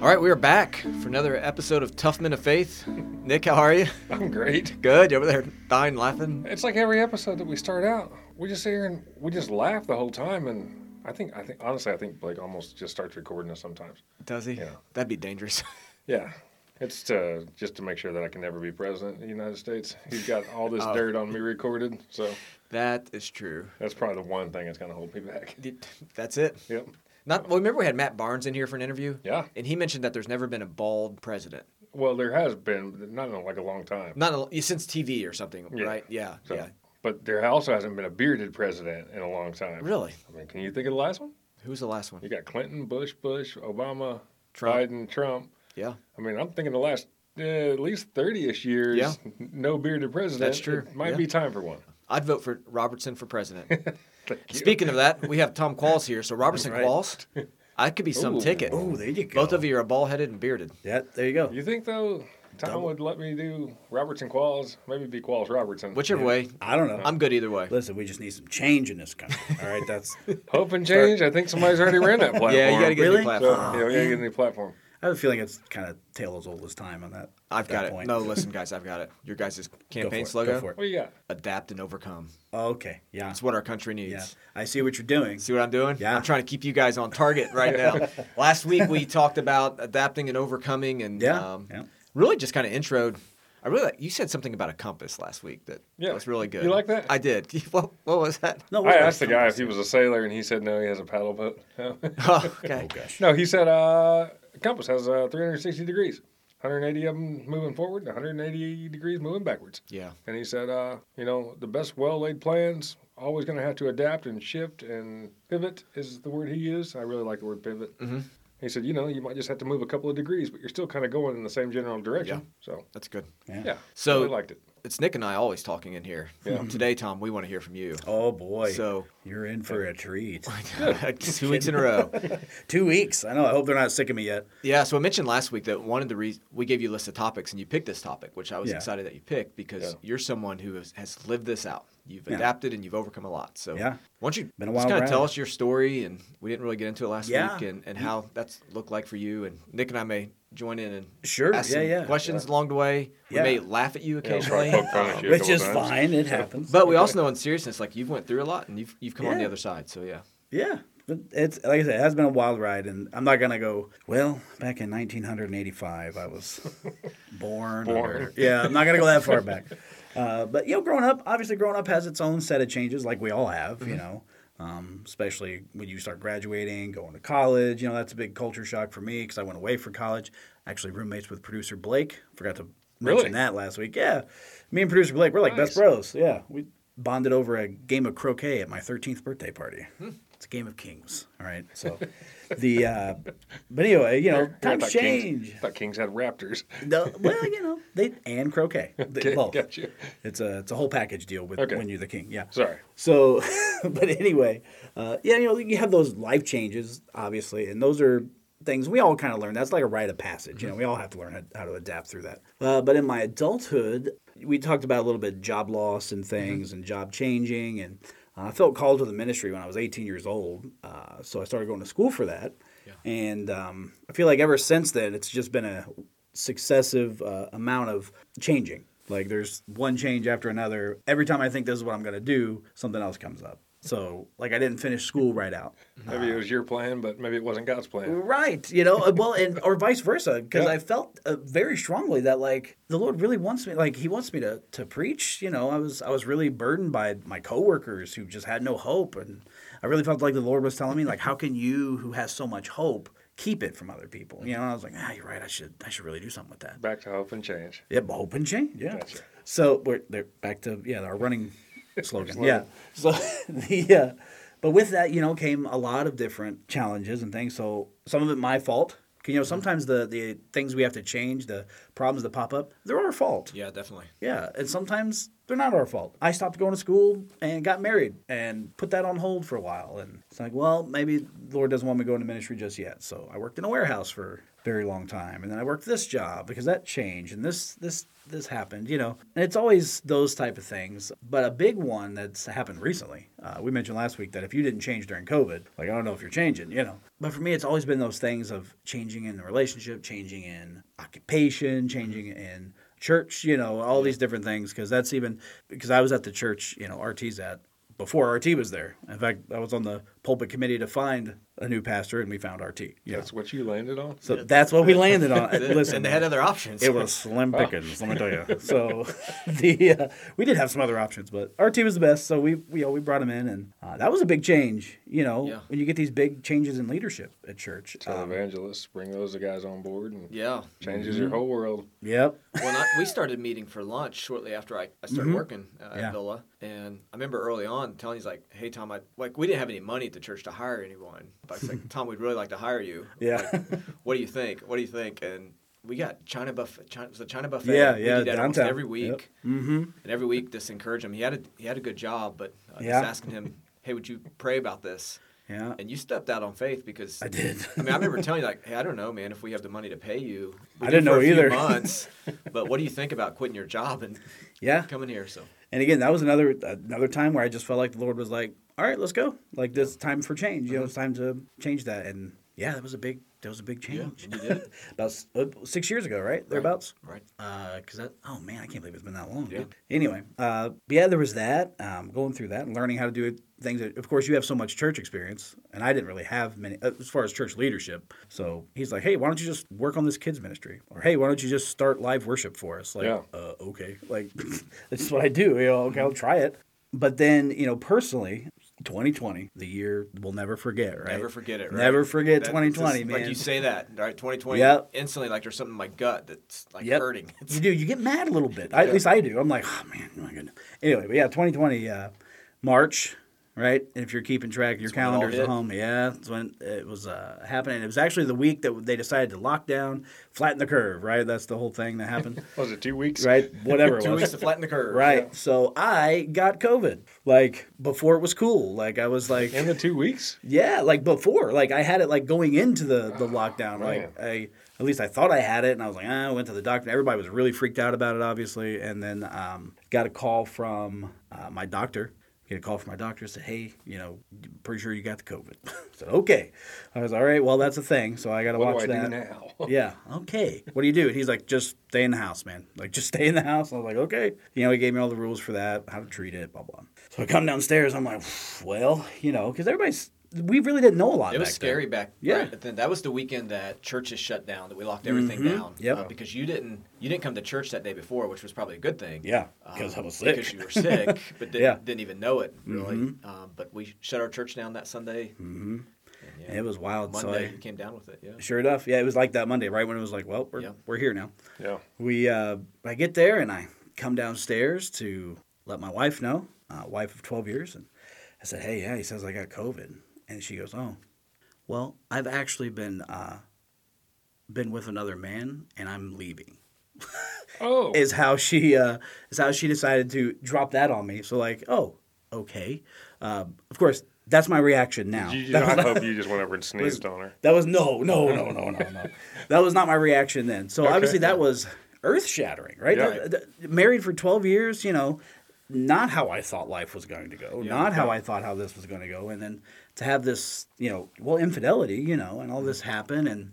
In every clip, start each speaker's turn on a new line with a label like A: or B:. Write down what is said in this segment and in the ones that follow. A: All right, we are back for another episode of Tough Men of Faith. Nick, how are you?
B: I'm great.
A: Good. You over there dying laughing?
B: It's like every episode that we start out, we just sit here and we just laugh the whole time. And I think, I think, honestly, I think Blake almost just starts recording us sometimes.
A: Does he?
B: Yeah.
A: That'd be dangerous.
B: Yeah. It's to, just to make sure that I can never be president of the United States. He's got all this
A: Oh.
B: dirt on me recorded. So
A: That is true.
B: that's probably the one thing that's going to hold me back.
A: Did- That's it.
B: Yep.
A: Not well, remember we had Matt Barnes in here for an interview?
B: Yeah.
A: And he mentioned that there's never been a bald president.
B: Well, there has been, not in like a long time.
A: Not a, since TV or something,
B: Yeah.
A: right? Yeah.
B: So-
A: Yeah.
B: But there also hasn't been a bearded president in a long time.
A: Really?
B: I mean, can you think of the last one?
A: Who's the last one?
B: You got Clinton, Bush, Bush, Obama,
A: Trump.
B: Biden, Trump.
A: Yeah.
B: I mean, I'm thinking the last uh, at least 30 ish years,
A: Yeah.
B: n- no bearded president.
A: That's true.
B: It might
A: Yeah.
B: be time for one.
A: I'd vote for Robertson for president.
B: Thank you.
A: Speaking of that, we have Tom Qualls here. So Robertson
C: Right.
A: Qualls, I could be some
B: Ooh.
A: ticket.
C: Oh, there you go.
A: Both of you are bald headed and bearded.
C: Yeah, there you go.
B: You think, though, Tom
C: Double.
B: would let me do Robertson Qualls? Maybe be Qualls Robertson.
A: Whichever way,
C: I don't know.
A: I'm good either way.
C: Listen, we just need some change in this country. All right, that's.
B: Hope and change. I think somebody's already ran that platform.
A: Yeah, you got to get a new
C: Really?
B: So,
A: platform.
B: Uh, yeah, we gotta get a new platform.
C: I have a feeling it's kind of tale as old as time on that.
A: I've
C: that
A: got it.
C: point.
A: No, listen, guys, I've got it. Your guys'
C: Go for
A: campaign
C: it,
A: slogan:
C: Go for it.
B: What you got?
A: "Adapt and overcome."
C: Oh, okay. Yeah.
A: That's what our country needs.
C: Yeah. I see what you're doing.
A: See what I'm doing?
C: Yeah.
A: I'm trying to keep you guys on target right now. Last week we talked about adapting and overcoming, and
C: Yeah,
A: um,
C: yeah.
A: really just kind of introed. I really you said something about a compass last week that
B: Yeah.
A: was really good.
B: You like that?
A: I did. What, what was that?
C: No,
B: I
C: what
B: asked the
C: about
B: guy if
C: compass?
B: he was a sailor, and he said no, he has a paddle boat.
A: Oh,
C: Oh
A: okay.
C: gosh.
B: no, he said uh, compass has uh, 360 degrees, 180 of them moving forward, 180 degrees moving backwards.
A: Yeah.
B: And he said, uh, you know, the best well laid plans always going to have to adapt and shift and pivot is the word he used. I really like the word pivot.
C: Mm-hmm.
A: Mhm.
B: He said, you know, you might just have to move a couple of degrees, but you're still kind of going in the same general direction. So,
A: That's good.
C: Yeah.
B: yeah.
A: So-
B: really liked it.
A: It's Nick and I always talking in here.
B: Yeah.
A: Today, Tom, we want to hear from you.
C: Oh boy.
A: So
C: you're in for a treat.
A: two weeks in a row.
C: Two weeks. I know. I hope they're not sick of me yet.
A: Yeah, so I mentioned last week that one of the reasons we gave you a list of topics and you picked this topic, which I was
C: Yeah.
A: excited that you picked because
B: Yeah.
A: you're someone who has, has lived this out. You've
C: Yeah.
A: adapted and you've overcome a lot. So
C: Yeah.
A: why don't you
C: Been a
A: just
C: wild
A: kind of
C: ride.
A: tell us your story? And we didn't really get into it last
C: Yeah.
A: week and, and how that's looked like for you. And Nick and I may join in and
C: Sure,
A: ask
C: yeah,
A: some
C: yeah. Uh,
A: questions along the way. We
C: Yeah.
A: may laugh at you
B: Yeah, I'll
A: occasionally.
B: probably poke fun at you a
C: Which
B: couple
C: is
B: times.
C: fine. It happens.
A: But we also know in seriousness, like you've went through a lot and you've you've come on the
C: Yeah.
A: other side. So yeah.
C: Yeah. But it's like I said, it has been a wild ride, and I'm not gonna go. Well, back in 1985, I was born. or-
B: Born.
C: yeah, I'm not gonna go that far back. Uh, but you know, growing up, obviously, growing up has its own set of changes, like we all have.
B: Mm-hmm.
C: You know, um, especially when you start graduating, going to college. You know, that's a big culture shock for me because I went away for college. Actually, roommates with producer Blake. Forgot to mention
B: Really?
C: that last week. Yeah, me and producer Blake, we're like
B: Nice.
C: best bros. Yeah, we bonded over a game of croquet at my 13th birthday party.
B: Hmm.
C: It's a game of kings. All right, so the uh, but anyway, you know,
B: I
C: times
B: thought
C: change.
B: Kings, I thought Kings had raptors.
C: No, well, you know, they and croquet. They
B: Okay,
C: both.
B: got you.
C: It's a it's a whole package deal with
B: Okay.
C: when you're the king. Yeah.
B: Sorry.
C: So, but anyway, uh, yeah, you know, you have those life changes, obviously, and those are things we all kind of learn. That's like a rite of passage. You know, we all have to learn how, how to adapt through that. Uh, but in my adulthood, we talked about a little bit job loss and things, and job changing, and uh, I felt called to the ministry when I was 18 years old. Uh, so I started going to school for that, and um, I feel like ever since then, it's just been a successive uh, amount of changing. Like there's one change after another. Every time I think this is what I'm going to do, something else comes up. So like I didn't finish school right out.
B: Maybe it was your plan, but maybe it wasn't God's plan.
C: Right, you know, uh, well, and or vice versa, because
B: Yeah.
C: I felt uh, very strongly that like the Lord really wants me, like He wants me to to preach. You know, I was I was really burdened by my coworkers who just had no hope, and I really felt like the Lord was telling me, like, how can you, who has so much hope, keep it from other people? You know, and I was like, ah, you're right. I should I should really do something with that.
B: Back to hope and change.
C: Yeah, but hope and change. Yeah.
B: Gotcha.
C: So we're they're back to yeah our running slogan. yeah. So the uh, but with that you know came a lot of different challenges and things. So some of it my fault. 'Cause, You know sometimes the the things we have to change, the problems that pop up, they're our fault.
A: Yeah, definitely.
C: Yeah, and sometimes They're not our fault. I stopped going to school and got married and put that on hold for a while. And it's like, well, maybe the Lord doesn't want me to go into ministry just yet. So I worked in a warehouse for a very long time. And then I worked this job because that changed and this, this, this happened, you know. And it's always those type of things. But a big one that's happened recently, uh, we mentioned last week that if you didn't change during COVID, like, I don't know if you're changing, you know. But for me, it's always been those things of changing in the relationship, changing in occupation, changing in church, you know, all these different things. Because that's even because I was at the church, you know, RT's at before RT was there. In fact, I was on the pulpit committee to find a new pastor, and we found RT. Yeah,
B: That's what you landed on.
C: so that's what we landed on. Listen,
A: and they had other options.
C: it was slim pickings, let me tell you. So the uh, we did have some other options, but RT was the best. So we we, you know, we brought him in, and uh, that was a big change. You know,
A: Yeah.
C: when you get these big changes in leadership at church. Um,
B: Tell evangelists, bring those guys on board, and
A: yeah.
B: changes your whole world.
C: Yep.
A: When I, we started meeting for lunch shortly after I, I started working uh,
C: Mm-hmm. Yeah.
A: at Villa, and I remember early on telling he's like, "Hey Tom, I, like we didn't have any money at the church to hire anyone, but I was like, Tom, we'd really like to hire you.
C: Yeah.
A: What do you think? What do you think?" And we got China buffet. China, it was a China buffet.
C: Yeah,
A: we
C: yeah,
A: did that almost
C: downtown.
A: every week.
C: Yep. mm-hmm.
A: and every week just encourage him. He had a he had a good job, but uh,
C: Yeah.
A: just asking him, "Hey, would you pray about this?"
C: Yeah.
A: And you stepped out on faith because
C: I did.
A: I mean, I remember telling you like, "Hey, I don't know, man, if we have the money to pay you." We
C: I
A: do
C: didn't
A: for
C: know
A: a few
C: either.
A: months, but what do you think about quitting your job and
C: Yeah.
A: coming here? So
C: And again, that was another another time where I just felt like the Lord was like, "All right, let's go. Like this is time for change. You know,
A: Uh-huh.
C: it's time to change that." And yeah, that was a big that was a big change.
A: and you did.
C: About s- uh, six years ago, right thereabouts.
A: right?
C: because that oh man i can't believe it's been that long
A: Yeah.
C: dude. anyway uh, yeah there was that um, going through that and learning how to do it- things that of course you have so much church experience and i didn't really have many uh, as far as church leadership so he's like hey why don't you just work on this kids ministry or hey why don't you just start live worship for us like
B: Yeah.
C: uh, okay like this is what i do you know okay i'll try it but then you know personally 2020 the year we'll never forget right
A: Never forget it. Right?
C: never forget
A: That-
C: 2020
A: just
C: man
A: Like you say that, right? Twenty twenty.
C: Yep.
A: Instantly, like there's something in my gut that's like
C: Yep.
A: hurting.
C: you do. You get mad a little bit. I, at least I do. I'm like, oh man, my goodness. Anyway, but yeah, 2020 uh, March, right? If you're keeping track of your
A: when it all
C: calendars at
A: hit.
C: home, yeah, that's when it was uh, happening. It was actually the week that they decided to lock down, flatten the curve, right? That's the whole thing that happened,
B: Was it two weeks?
C: right? Whatever it
A: Two
C: was.
A: weeks to flatten the curve.
C: Right. So I got COVID like before it was cool. Like I was like
B: In the two weeks?
C: yeah, like before, like I had it like going into the the lockdown.
B: man.
C: Like I, at least I thought I had it, and I was like, ah, I went to the doctor. Everybody was really freaked out about it, obviously. And then um, got a call from uh, my doctor. Get a call from my doctor. Said, hey, you know, pretty sure you got the COVID. I said, okay. I was all right. Well, that's a thing. So I got to
B: What
C: watch
B: do I
C: that
B: do now?
C: yeah. Okay. What do you do? And he's like, just stay in the house, man. Like, just stay in the house. And I was like, okay. You know, he gave me all the rules for that, how to treat it, blah, blah. So I come downstairs. I'm like, well, you know, because everybody's, we really didn't know a lot.
A: It was
C: back then.
A: scary back.
C: Yeah.
A: right? But then that was the weekend that churches shut down. That we locked everything down.
C: Mm-hmm. Yep.
A: uh, because you didn't you didn't come to church that day before, which was probably a good thing.
C: Yeah, 'cause I was sick.
A: Uh, Um, Because you were sick, but didn't,
C: Yeah. Mm-hmm.
A: didn't even know it really. Um, but we shut our church down that Sunday. Mm-hmm. And, yeah,
C: And it was wild.
A: Monday
C: So
A: you came down with it.
C: I,
A: Yeah.
C: sure enough, yeah, it was like that Monday, right when it was like, well, we're,
A: Yeah.
C: we're here now.
B: Yeah.
C: We, uh, I get there and I come downstairs to let my wife know, uh, wife of 12 years. And I said, hey, yeah, he says I got COVID. And she goes, oh, well, I've actually been, uh, been with another man and I'm leaving
B: Oh,
C: is how she uh, is how she decided to drop that on me. So like, oh, okay. Uh, of course, that's my reaction now.
B: you, you
C: That
B: know, I
C: was-
B: hope you just went over and sneezed on her.
C: that was no, no, no, no, no, no. that was not my reaction then. So obviously that was earth shattering, right?
B: Yeah.
C: That- that- married for 12 years, you know, not how I thought life was going to go, not how I thought how this was going to go. And then to have this, you know, well, infidelity, you know, and all this happen and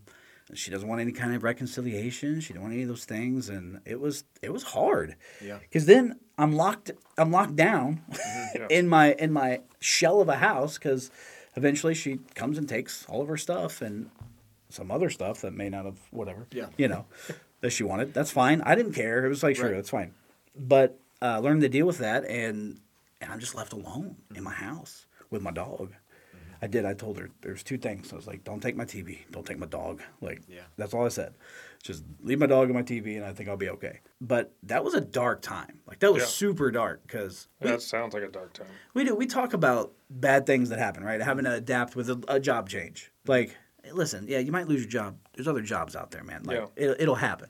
C: she doesn't want any kind of reconciliation. She didn't want any of those things. And it was, it was hard.
A: Yeah. Mm-hmm.
C: Cause then I'm locked, I'm locked down
B: yeah.
C: in my, in my shell of a house. Cause eventually she comes and takes all of her stuff and some other stuff that may not have whatever.
A: Yeah.
C: You know, that she wanted. That's fine. I didn't care. It was like, sure,
A: Right.
C: that's fine. But uh, learned to deal with that, and and I'm just left alone in my house with my dog.
A: Mm-hmm.
C: I did. I told her there's two things. I was like, don't take my TV, don't take my dog. Like,
A: Yeah.
C: that's all I said. Just leave my dog and my TV, and I think I'll be okay. But that was a dark time. Like that was
B: Yeah.
C: super dark because
B: That sounds like a dark time.
C: we do. We talk about bad things that happen, right? Having to adapt with a, a job change. Like, hey, listen, yeah, you might lose your job. There's other jobs out there, man. Like,
B: Yeah.
C: it, it'll happen.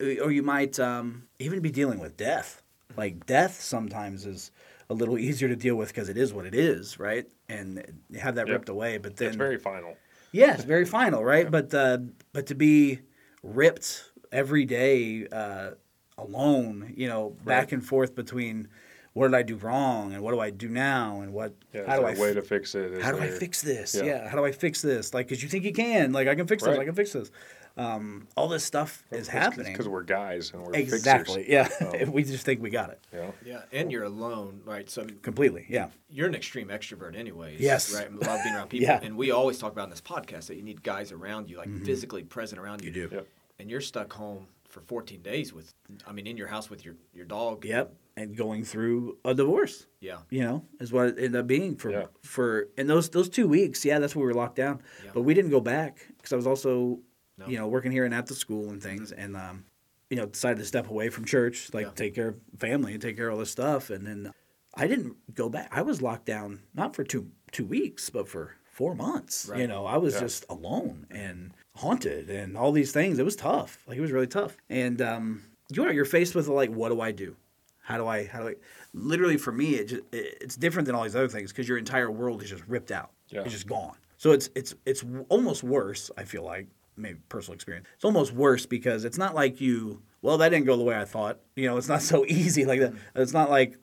C: Or you might um, even be dealing with death. Like death sometimes is a little easier to deal with because it is what it is, right? And have that
B: Yep.
C: ripped away. But then
B: It's very final.
C: Yes, very final, right? But uh, but to be ripped every day uh, alone, you know, back and forth between what did I do wrong and what do I do now and what
B: Yeah,
C: how do I
B: is there a way
C: f-
B: to fix it? Is
C: how do I
B: there-
C: fix this? Yeah.
B: Yeah.
C: how do I fix this? Like, because you think you can, like I can fix this, I
B: Right.
C: can fix this. Um, all this stuff is happening.
B: Because we're guys and we're
C: Exactly.
B: fixers. Oh.
C: Yeah, we just think we got it
B: Yeah.
A: Yeah, and you're alone, right? So I mean,
C: completely. Yeah.
A: you're an extreme extrovert, anyways.
C: Yes.
A: right. I love being around people,
C: Yeah. Mm-hmm.
A: and we always talk about in this podcast that you need guys around you, like physically present around you.
C: do.
B: Yep.
A: And you're stuck home for 14 days with, I mean, in your house with your your dog.
C: Yep, and going through a divorce.
A: Yeah.
C: you know, is what it ended up being for
B: Yeah.
C: for and those those two weeks. Yeah, that's when we were locked down,
A: Yeah.
C: but we didn't go back because I was also,
A: No.
C: you know, working here and at the school and things, and um, you know, decided to step away from church, like
A: Yeah.
C: take care of family and take care of all this stuff, and then I didn't go back. I was locked down not for two two weeks, but for four months. You
A: Right.
C: know, I was
B: Yeah.
C: just alone and haunted and all these things. It was tough. Like it was really tough. And um, you are you're faced with like, what do I do? How do I? How do I? Literally for me, it just, it, it's different than all these other things because your entire world is just ripped out.
B: Yeah.
C: It's just gone. So it's it's it's almost worse. I feel like maybe personal experience. It's almost worse because it's not like you. Well, that didn't go the way I thought. You know, it's not so easy like that. It's not like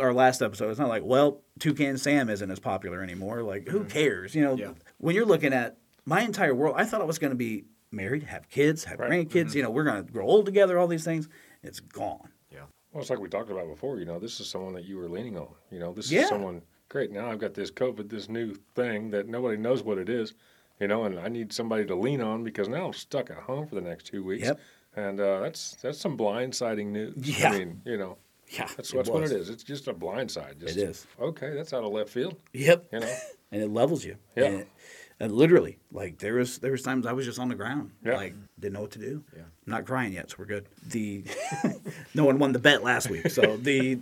C: our last episode. It's not like well, Toucan Sam isn't as popular anymore. Like who cares? You know,
A: Yeah.
C: when you're looking at my entire world, I thought I was going to be married, have kids, have
B: Right.
C: grandkids. You know, we're going to grow old together. All these things. It's gone.
A: Yeah.
B: Well, it's like we talked about before. You know, this is someone that you were leaning on. You know, this
C: Yeah.
B: is someone. Great. Now I've got this COVID, this new thing that nobody knows what it is. You know, and I need somebody to lean on because now I'm stuck at home for the next two weeks.
C: Yep.
B: And uh, that's that's some blindsiding news.
C: Yeah.
B: I mean, you know,
C: Yeah,
B: that's, that's what
C: was.
B: it is. It's just a blindside. Just,
C: is.
B: Okay, that's out of left field.
C: Yep.
B: You know.
C: and it levels you.
B: Yeah.
C: And, it- and literally, like there was there was times I was just on the ground,
B: Yeah.
C: like didn't know what to do.
A: Yeah.
C: I'm not crying yet, so we're good. The no one won the bet last week, so the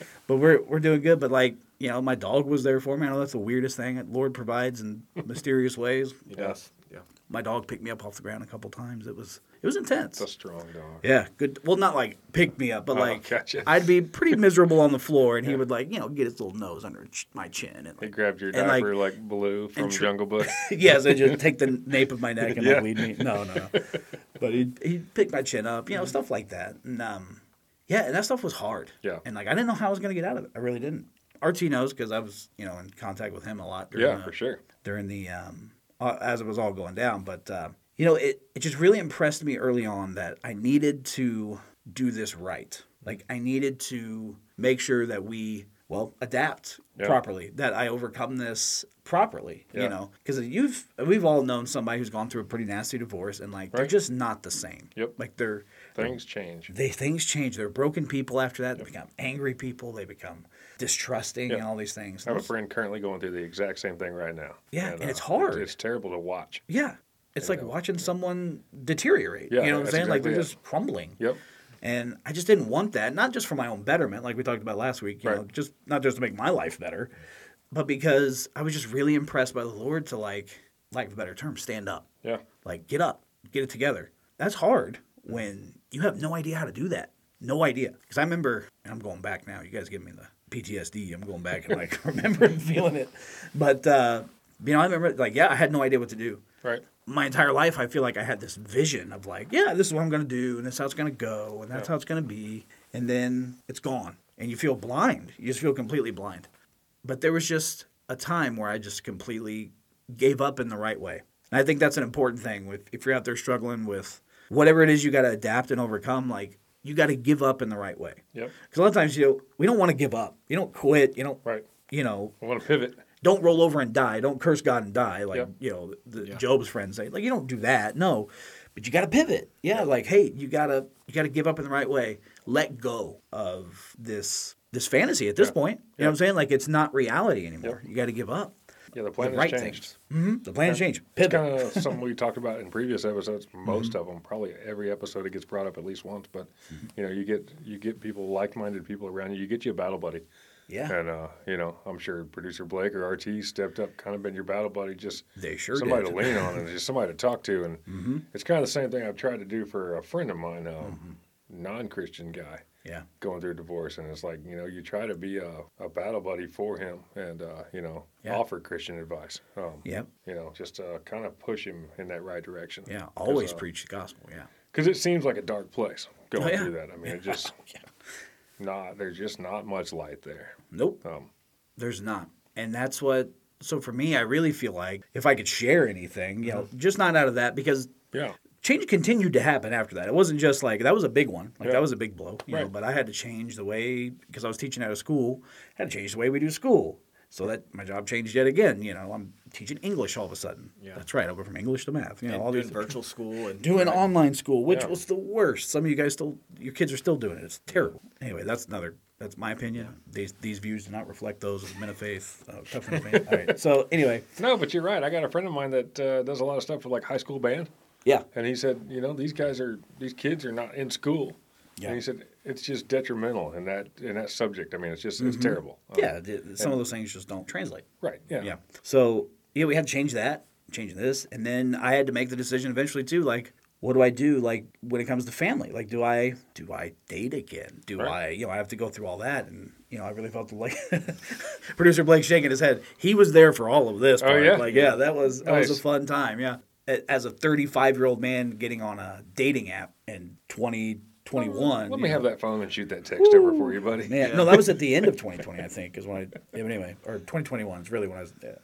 C: but we're we're doing good. But like you know, my dog was there for me. I know that's the weirdest thing. Lord provides in mysterious ways.
A: Yes. Yeah.
C: My dog picked me up off the ground a couple times. It was it was intense.
B: It's a strong dog.
C: Yeah, good. Well, not like pick me up, but
B: Oh,
C: like
B: gotcha.
C: I'd be pretty miserable on the floor, and he would like you know get his little nose under ch- my chin and
B: He
C: like,
B: grabbed your
C: And, like-
B: diaper like, Blue from
C: tr-
B: Jungle Book.
C: yes, I just take the nape of my neck and
B: Yeah.
C: like lead me. No, no, no. But he he picked my chin up, you know, stuff like that. And um, yeah, and that stuff was hard.
B: Yeah.
C: And like I didn't know how I was gonna get out of it. I really didn't. RT knows because I was you know in contact with him a lot. During
B: yeah,
C: the,
B: for sure.
C: During the um, uh, as it was all going down, but uh, you know, it it just really impressed me early on that I needed to do this right. Like I needed to make sure that we well adapt
B: Yeah.
C: properly, that I overcome this properly. You
B: Yeah.
C: know because you've we've all known somebody who's gone through a pretty nasty divorce and like they're
B: Right.
C: just not the same
B: Yep.
C: like they're
B: Things change.
C: they things change they're broken people after that they become angry people they become distrusting and all these things
B: I have a friend currently going through the exact same thing right now.
C: Yeah, and it's
B: it-
C: hard.
B: It's terrible to watch.
C: yeah it's like watching someone deteriorate
B: Yeah,
C: you know what i'm
B: that's
C: saying like
B: exactly
C: they're
B: it.
C: just crumbling
B: Yep.
C: and i just didn't want that not just for my own betterment like we talked about last week you
B: Right.
C: know just not just to make my life better but because i was just really impressed by the lord to like lack of a better term stand up
B: Yeah.
C: Like, get up, get it together. That's hard when you have no idea how to do that. No idea. Because I remember, and I'm going back now. You guys give me the PTSD. I'm going back and like remember and feeling it. But, uh, you know, I remember, like, yeah, I had no idea what to do.
B: Right.
C: My entire life, I feel like I had this vision of like, yeah, this is what I'm going to do, and this is how it's going to go, and that's how it's going to be. And then it's gone. And you feel blind. You just feel completely blind. But there was just a time where I just completely gave up in the right way. And I think that's an important thing. With if you're out there struggling with whatever it is, you got to adapt and overcome. Like you got to give up in the right way.
B: Yep.
C: Because a lot of times, you know, we don't want to give up. You don't quit. You don't.
B: Right.
C: You know,
B: I want to pivot.
C: don't roll over and die. Don't curse God and die. Like
B: Yeah.
C: you know, the
A: Yeah.
C: Job's friends say, like you don't do that. No, but you got to pivot. Yeah, like hey, you gotta you gotta give up in the right way. Let go of this this fantasy at this point. You know what I'm saying? Like it's not reality anymore. You got to give up.
B: Yeah, the plan
C: the
B: has
C: right
B: changed.
C: things. hmm The plan has changed.
B: Mm-hmm. It's
C: Pivot. Mm-hmm.
B: kind of something we talked about in previous episodes. Most of them, probably every episode, it gets brought up at least once. But
C: Mm-hmm.
B: you know, you get you get people like-minded people around you. You get you a battle buddy,
C: yeah.
B: and uh, you know, I'm sure producer Blake or RT stepped up, kind of been your battle buddy, just
C: They sure
B: somebody
C: did. Mm-hmm.
B: to lean on and just somebody to talk to. And it's kind of the same thing I've tried to do for a friend of mine. Um,
C: Mm-hmm.
B: non-Christian guy
C: Yeah.
B: going through a divorce, and it's like you know you try to be a, a battle buddy for him, and uh, you know
C: Yeah.
B: offer Christian advice. Um,
C: Yep.
B: You know, just uh, kind of push him in that right direction.
C: Yeah. Always preach the gospel. Yeah.
B: because it seems like a dark place going
C: yeah. Oh,
B: through that. I mean, it just not there's just not much light there.
C: Nope.
B: Um,
C: There's not. And that's what. So for me, I really feel like if I could share anything, you know,
B: Mm-hmm.
C: just not out of that because
B: yeah,
C: change continued to happen after that. It wasn't just like that was a big one. Like
B: Yeah.
C: that was a big blow, you know,
B: Right.
C: but I had to change the way because I was teaching out of school, I had to change the way we do school. So that my job changed yet again, you know, I'm teaching English all of a sudden.
A: Yeah.
C: That's right. I went from English to math, you know,
A: And
C: all
A: doing
C: these
A: virtual school and
C: doing online school, which
B: Yeah.
C: was the worst. Some of you guys still, your kids are still doing it. It's terrible. Anyway, that's another. That's my opinion. These these views do not reflect those of men of faith. Uh, tough men of faith. All right. So anyway,
B: no, but you're right. I got a friend of mine that uh, does a lot of stuff with like high school band.
C: yeah,
B: And he said, you know, these guys are these kids are not in school.
C: Yeah.
B: And he said it's just detrimental in that in that subject. I mean, it's just it's terrible. Um,
C: Mm-hmm. yeah. th- Some of those things just don't translate.
B: Right. Yeah.
C: Yeah. So yeah, we had to change that, change this, and then I had to make the decision eventually too. Like, what do I do? Like when it comes to family, like do I do I date again? Do
B: Right.
C: I you know I have to go through all that and. You know, I really felt like producer Blake shaking his head. He was there for all of this.
B: Oh,
C: part.
B: yeah?
C: like yeah, that was that was
B: Nice.
C: a fun time. Yeah, A- as a 35 year old man getting on a dating app in 2021.
B: Let
C: you
B: me
C: know.
B: have that phone and shoot that text over for you, buddy.
C: Man, no, that was at the end of 2020, I think, is when I. Yeah, but anyway, or 2021 is really when I was. Yeah.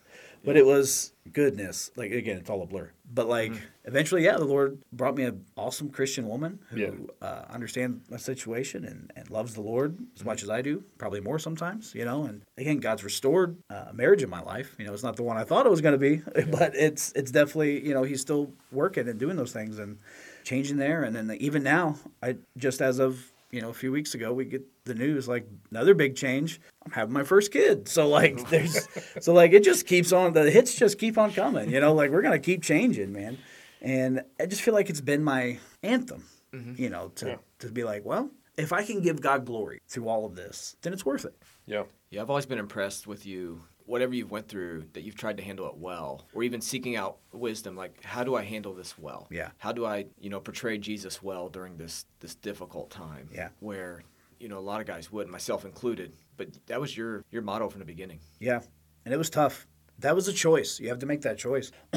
C: But it was goodness. Like again, it's all a blur. But like eventually, yeah, the Lord brought me an awesome Christian woman who
B: Yeah.
C: uh, understands my situation and, and loves the Lord as much as I do, probably more sometimes, you know. And again, God's restored uh, marriage in my life. You know, it's not the one I thought it was going to be, but it's it's definitely you know He's still working and doing those things and changing there. And then even now, I just as of you know a few weeks ago, we get the news like another big change. I'm having my first kid, so like there's so like it just keeps on. The hits just keep on coming. You know, like we're gonna keep changing, man and I just feel like it's been my anthem, you know, to, to be like, well, if I can give God glory through all of this, then it's worth it.
B: Yeah.
A: Yeah, I've always been impressed with you. Whatever you've went through, that you've tried to handle it well, or even seeking out wisdom, like how do I handle this well?
C: Yeah.
A: How do I, you know, portray Jesus well during this this difficult time?
C: Yeah.
A: Where, you know, a lot of guys would, myself included. But that was your your motto from the beginning.
C: Yeah. And it was tough. That was a choice. You have to make that choice.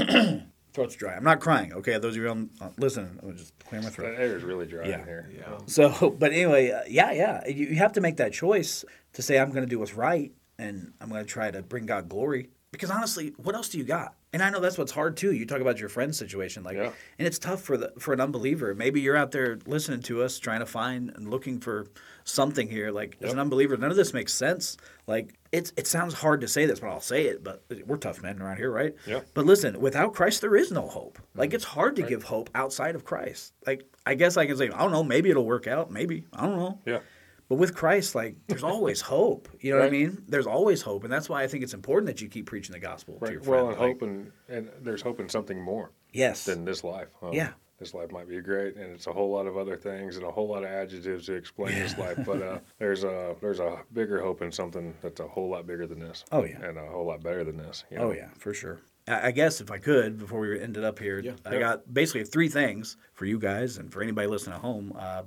C: Throat's dry. I'm not crying. Okay. Those of you on uh, listening, I'm gonna just clear my throat.
B: That air is really dry
C: Yeah.
B: in here.
A: Yeah.
B: Um,
C: So, but anyway, uh, yeah, yeah. You, you have to make that choice to say, I'm going to do what's right and I'm going to try to bring God glory. Because honestly, what else do you got? And I know that's what's hard too. You talk about your friend's situation, like,
B: Yeah.
C: and it's tough for the for an unbeliever. Maybe you're out there listening to us, trying to find and looking for something here. Like, as an unbeliever, none of this makes sense. Like, it's it sounds hard to say this, but I'll say it. But we're tough men around here, right?
B: Yeah.
C: But listen, without Christ, there is no hope.
B: Mm-hmm.
C: Like it's hard to give hope outside of Christ. Like I guess I can say, I don't know, maybe it'll work out. Maybe I don't know.
B: Yeah.
C: But with Christ, like there's always hope. You know what I
B: Right.
C: mean? There's always hope, and that's why I think it's important that you keep preaching the gospel to your
B: Right.
C: friend.
B: Well, and
C: like,
B: hope and, and there's hope in something more
C: yes,
B: than this life. Um,
C: Yeah.
B: This life might be great, and it's a whole lot of other things and a whole lot of adjectives to explain this life. But uh, there's a there's a bigger hope in something that's a whole lot bigger than this.
C: Oh, yeah.
B: And a whole lot better than this. you
C: Oh
B: know?
C: yeah, for sure. I I guess if I could, before we ended up here,
A: Yeah.
C: I got basically three things for you guys and for anybody listening at home. Uh,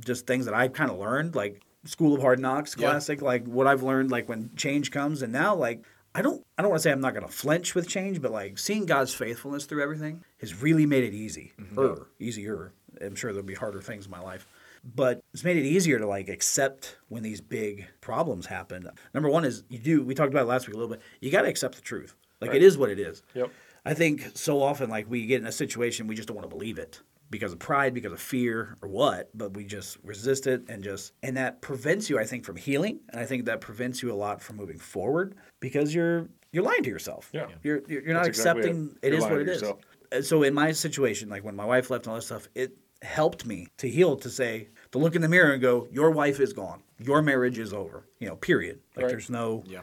C: just things that I kind of learned, like School of Hard Knocks,
A: Yeah.
C: classic. Like what I've learned, like when change comes, and now like I don't, I don't want to say I'm not going to flinch with change, but like seeing God's faithfulness through everything has really made it easy, er, easier. I'm sure there'll be harder things in my life but it's made it easier to like accept when these big problems happen. Number one is you do. We talked about it last week a little bit. You got to accept the truth. Like it is what it is.
B: Yep.
C: I think so often like we get in a situation we just don't want to believe it because of pride, because of fear, or what. But we just resist it and just and that prevents you, I think, from healing. And I think that prevents you a lot from moving forward because you're you're lying to yourself.
B: Yeah.
C: You're you're, you're not
B: That's exactly it.
C: accepting. it
B: You're
C: is what
B: lying
C: it
B: to
C: is
B: yourself.
C: uh, so in my situation, like when my wife left and all that stuff, it helped me to heal to say to look in the mirror and go, "Your wife is gone. Your marriage is over." You know, period. Like
B: Right.
C: there's no
A: Yeah.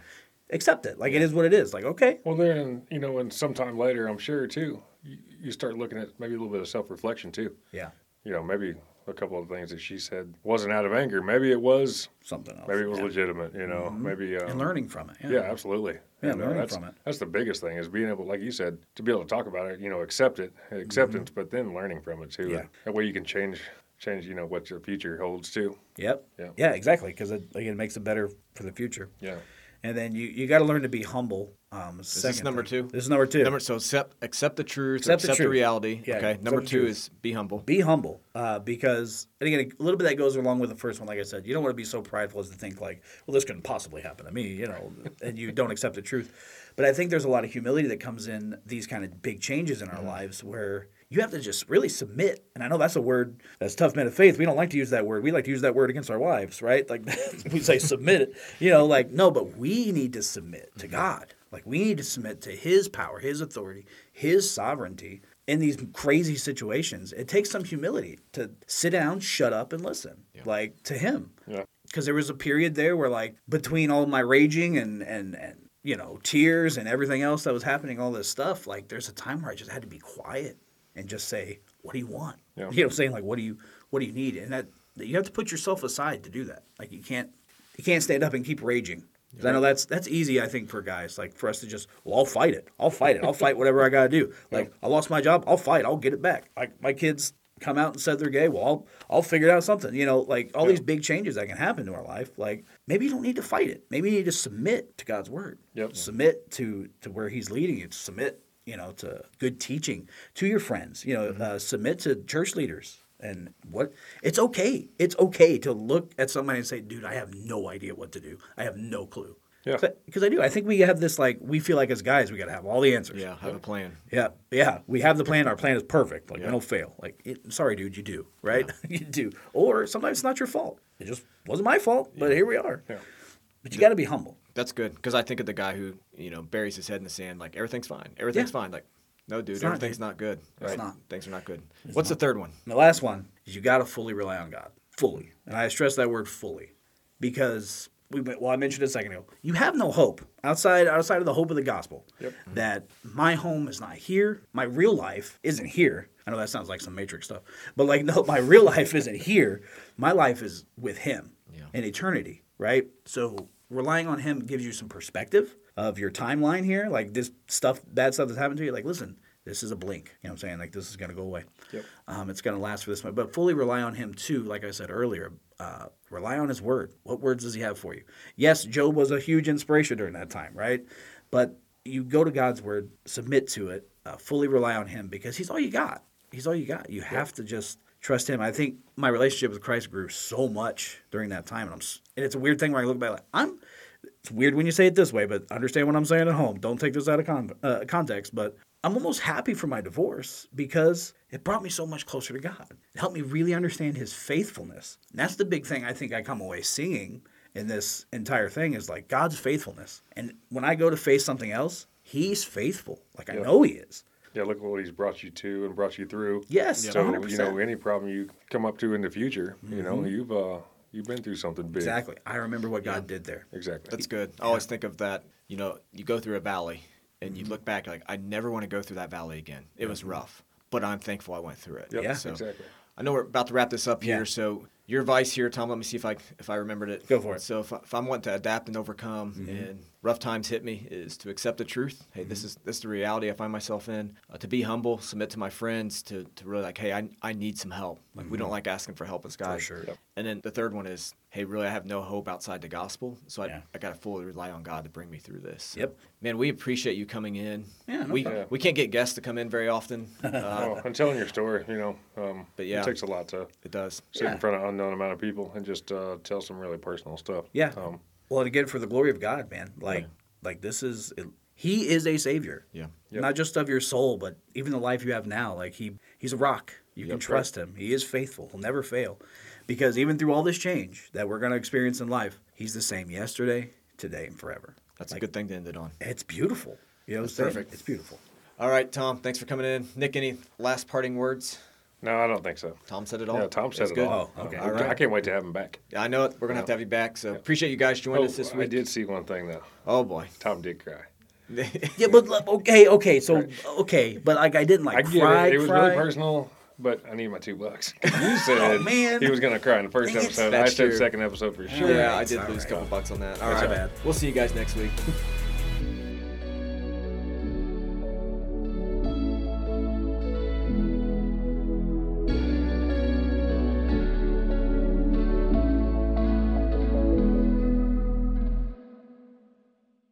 C: accept it. Like it is what it is. Like okay,
B: Well, then, you know, and sometime later, I'm sure too, you, you start looking at maybe a little bit of self reflection too.
C: yeah,
B: You know, maybe a couple of things that she said wasn't out of anger. Maybe it was,
C: something else.
B: maybe it was
C: yeah. Mm-hmm.
B: legitimate, you know, maybe. Um,
C: and learning from it. Yeah.
B: Yeah, absolutely.
C: Yeah,
B: And, uh,
C: learning
B: that's,
C: from it.
B: That's the biggest thing is being able, like you said, to be able to talk about it, you know, accept it, acceptance, but then learning from it too.
C: Mm-hmm. Yeah.
B: That way you can change change, you know, what your future holds too.
C: Yep.
B: Yeah.
C: Yeah, exactly. Because it, like, it makes it better for the future.
B: Yeah.
C: And then you, you got to learn to be humble. Um, is
A: this number two?
C: This is number two.
A: Number so accept accept the truth,
C: Accept
A: accept,
C: the
A: the,
C: truth.
A: reality.
C: Yeah,
A: okay.
C: accept
A: Number
C: the
A: two
C: truth.
A: is be humble.
C: be humble uh, because, and again, a little bit of that goes along with the first one. Like I said, you don't want to be so prideful as to think, like, well, this couldn't possibly happen to me, you know, and you don't accept the truth. But I think there's a lot of humility that comes in these kind of big changes in our lives where you have to just really submit. And I know that's a word, as tough men of faith, we don't like to use that word. We like to use that word against our wives, right? Like, we say submit it, you know, like, no, but we need to submit to God. Like we need to submit to his power, his authority, his sovereignty in these crazy situations. It takes some humility to sit down, shut up and listen. Like to him.
B: Yeah.
C: Cuz there was a period there where like between all my raging and and and you know, tears and everything else that was happening, all this stuff, like there's a time where I just had to be quiet and just say, "What do you want?"
B: Yeah.
C: You know what I'm saying? Like, what do you what do you need? And that that you have to put yourself aside to do that. Like you can't you can't stand up and keep raging. 'Cause I know that's that's easy. I think for guys like for us to just well, I'll fight it. I'll fight it. I'll fight whatever I gotta do. Like I lost my job. I'll fight. I'll get it back. Like my kids come out and said they're gay. Well, I'll I'll figure out something. You know, like all these big changes that can happen to our life. Like maybe you don't need to fight it. Maybe you need to submit to God's word.
B: Yep.
C: Submit to to where He's leading you. Submit. You know, to good teaching to your friends. You know,
B: Mm-hmm.
C: uh, submit to church leaders and what it's okay it's okay to look at somebody and say dude i have no idea what to do i have no clue
B: Yeah.
C: because i do i think we have this like we feel like as guys we got to have all the answers
A: Yeah, have a plan.
C: yeah yeah we have the plan our plan is perfect like we don't fail like it, sorry dude you do right you do or sometimes it's not your fault it just wasn't my fault but here we are
B: Yeah.
C: but you got to be humble
A: That's good because I think of the guy who you know buries his head in the sand, like everything's fine, everything's
C: Yeah.
A: fine. Like, no, dude,
C: not,
A: everything's
C: dude.
A: not good. Right?
C: not.
A: Things are not good. What's the third one?
C: And the last one is you got to fully rely on God. Fully. And I stress that word fully because we well I mentioned it a second ago. You have no hope outside outside of the hope of the gospel.
B: Yep.
C: That my home is not here, my real life isn't here. I know that sounds like some matrix stuff, but like no, my real life isn't here. My life is with him
A: Yeah.
C: in eternity, right? So relying on him gives you some perspective of your timeline here. Like this stuff, bad stuff that's happened to you. Like, listen, this is a blink. You know what I'm saying? Like this is gonna go away.
B: Yep.
C: Um, it's gonna last for this much. But fully rely on him too. Like I said earlier, uh, rely on his word. What words does he have for you? Yes, Job was a huge inspiration during that time, right? But you go to God's word, submit to it, uh, fully rely on him because he's all you got. He's all you got. You have to just trust him. I think my relationship with Christ grew so much during that time, and I'm. s- And it's a weird thing where I look back, like I'm. It's weird when you say it this way, but understand what I'm saying at home. Don't take this out of con- uh, context, but I'm almost happy for my divorce because it brought me so much closer to God. It helped me really understand His faithfulness. And that's the big thing I think I come away seeing in this entire thing is like God's faithfulness. And when I go to face something else, He's faithful. Like I know He is.
B: Yeah. Look at what he's brought you to and brought you through.
C: Yes,
B: So
C: 100%.
B: you know any problem you come up to in the future, you
A: Mm-hmm.
B: know you've uh, you've been through something big.
C: Exactly. I remember what God did there.
B: Exactly.
A: That's good. I always think of that. You know, you go through a valley and
C: Mm-hmm.
A: you look back, like, I never want to go through that valley again. It was rough, but I'm thankful I went through it.
B: Yep,
C: Yeah.
A: So,
B: exactly.
A: I know we're about to wrap this up
C: Yeah.
A: here. So, your advice here, Tom, let me see if I if I remembered it.
C: Go for it. Mm-hmm.
A: So, if, I- if I'm wanting to adapt and overcome and rough times hit me, is to accept the truth. Hey, this is this is the reality I find myself in. Uh, to be humble, submit to my friends, to, to really like, hey, I, I need some help. Like, we don't like asking for help as guys.
C: Mm-hmm. sure. Yep.
A: And then the third one is, hey, really, I have no hope outside the gospel. So, I,
C: Yeah.
A: I got to fully rely on God to bring me through this. So,
C: Yep.
A: Man, we appreciate you coming in.
C: Yeah, no
A: we,
B: problem.
A: we can't get guests to come in very often. Uh,
B: Oh, I'm telling your story. You know, um,
A: But yeah.
B: it takes a lot to
A: it does.
B: sit
C: Yeah.
B: in front of an unknown amount of people and just uh, tell some really personal stuff.
C: Yeah.
B: Um,
C: well, and again, for the glory of God, man. Like, like this is He is a savior.
A: Yeah.
B: Yep.
C: Not just of your soul, but even the life you have now. Like He, He's a rock. You can
B: Yep.
C: trust Him. He is faithful. He'll never fail, because even through all this change that we're going to experience in life, He's the same yesterday, today, and forever.
A: That's
C: Like,
A: a good thing to end it on.
C: It's beautiful. You know, what I'm saying?
A: perfect.
C: It's beautiful.
A: All right, Tom, thanks for coming in. Nick, any last parting words?
B: No, I don't think so.
A: Tom said it all.
B: Yeah, Tom said
A: That's
B: it
A: good.
B: all.
C: Oh, okay.
B: Um,
A: All right.
B: I can't wait to have him back.
A: Yeah, I know it. We're going to have to have you back. So appreciate you guys joining
B: Oh,
A: us this
B: I
A: week.
B: did see one thing though.
A: Oh, boy.
B: Tom did cry.
C: Yeah, but like, okay, okay, so okay, but like I didn't like
B: I get
C: cry.
B: it. It was
C: cry.
B: really personal, but I need my two bucks. You
A: Oh,
B: said
C: man.
B: he was gonna cry in the first
C: Dang it.
B: episode. I
A: That's
B: said
A: true.
B: second episode for sure.
A: Yeah, I
C: right,
A: did
C: all
A: lose a
C: right.
A: couple bucks on that. All
C: That's
A: right.
C: all right.
A: We'll see you guys next week.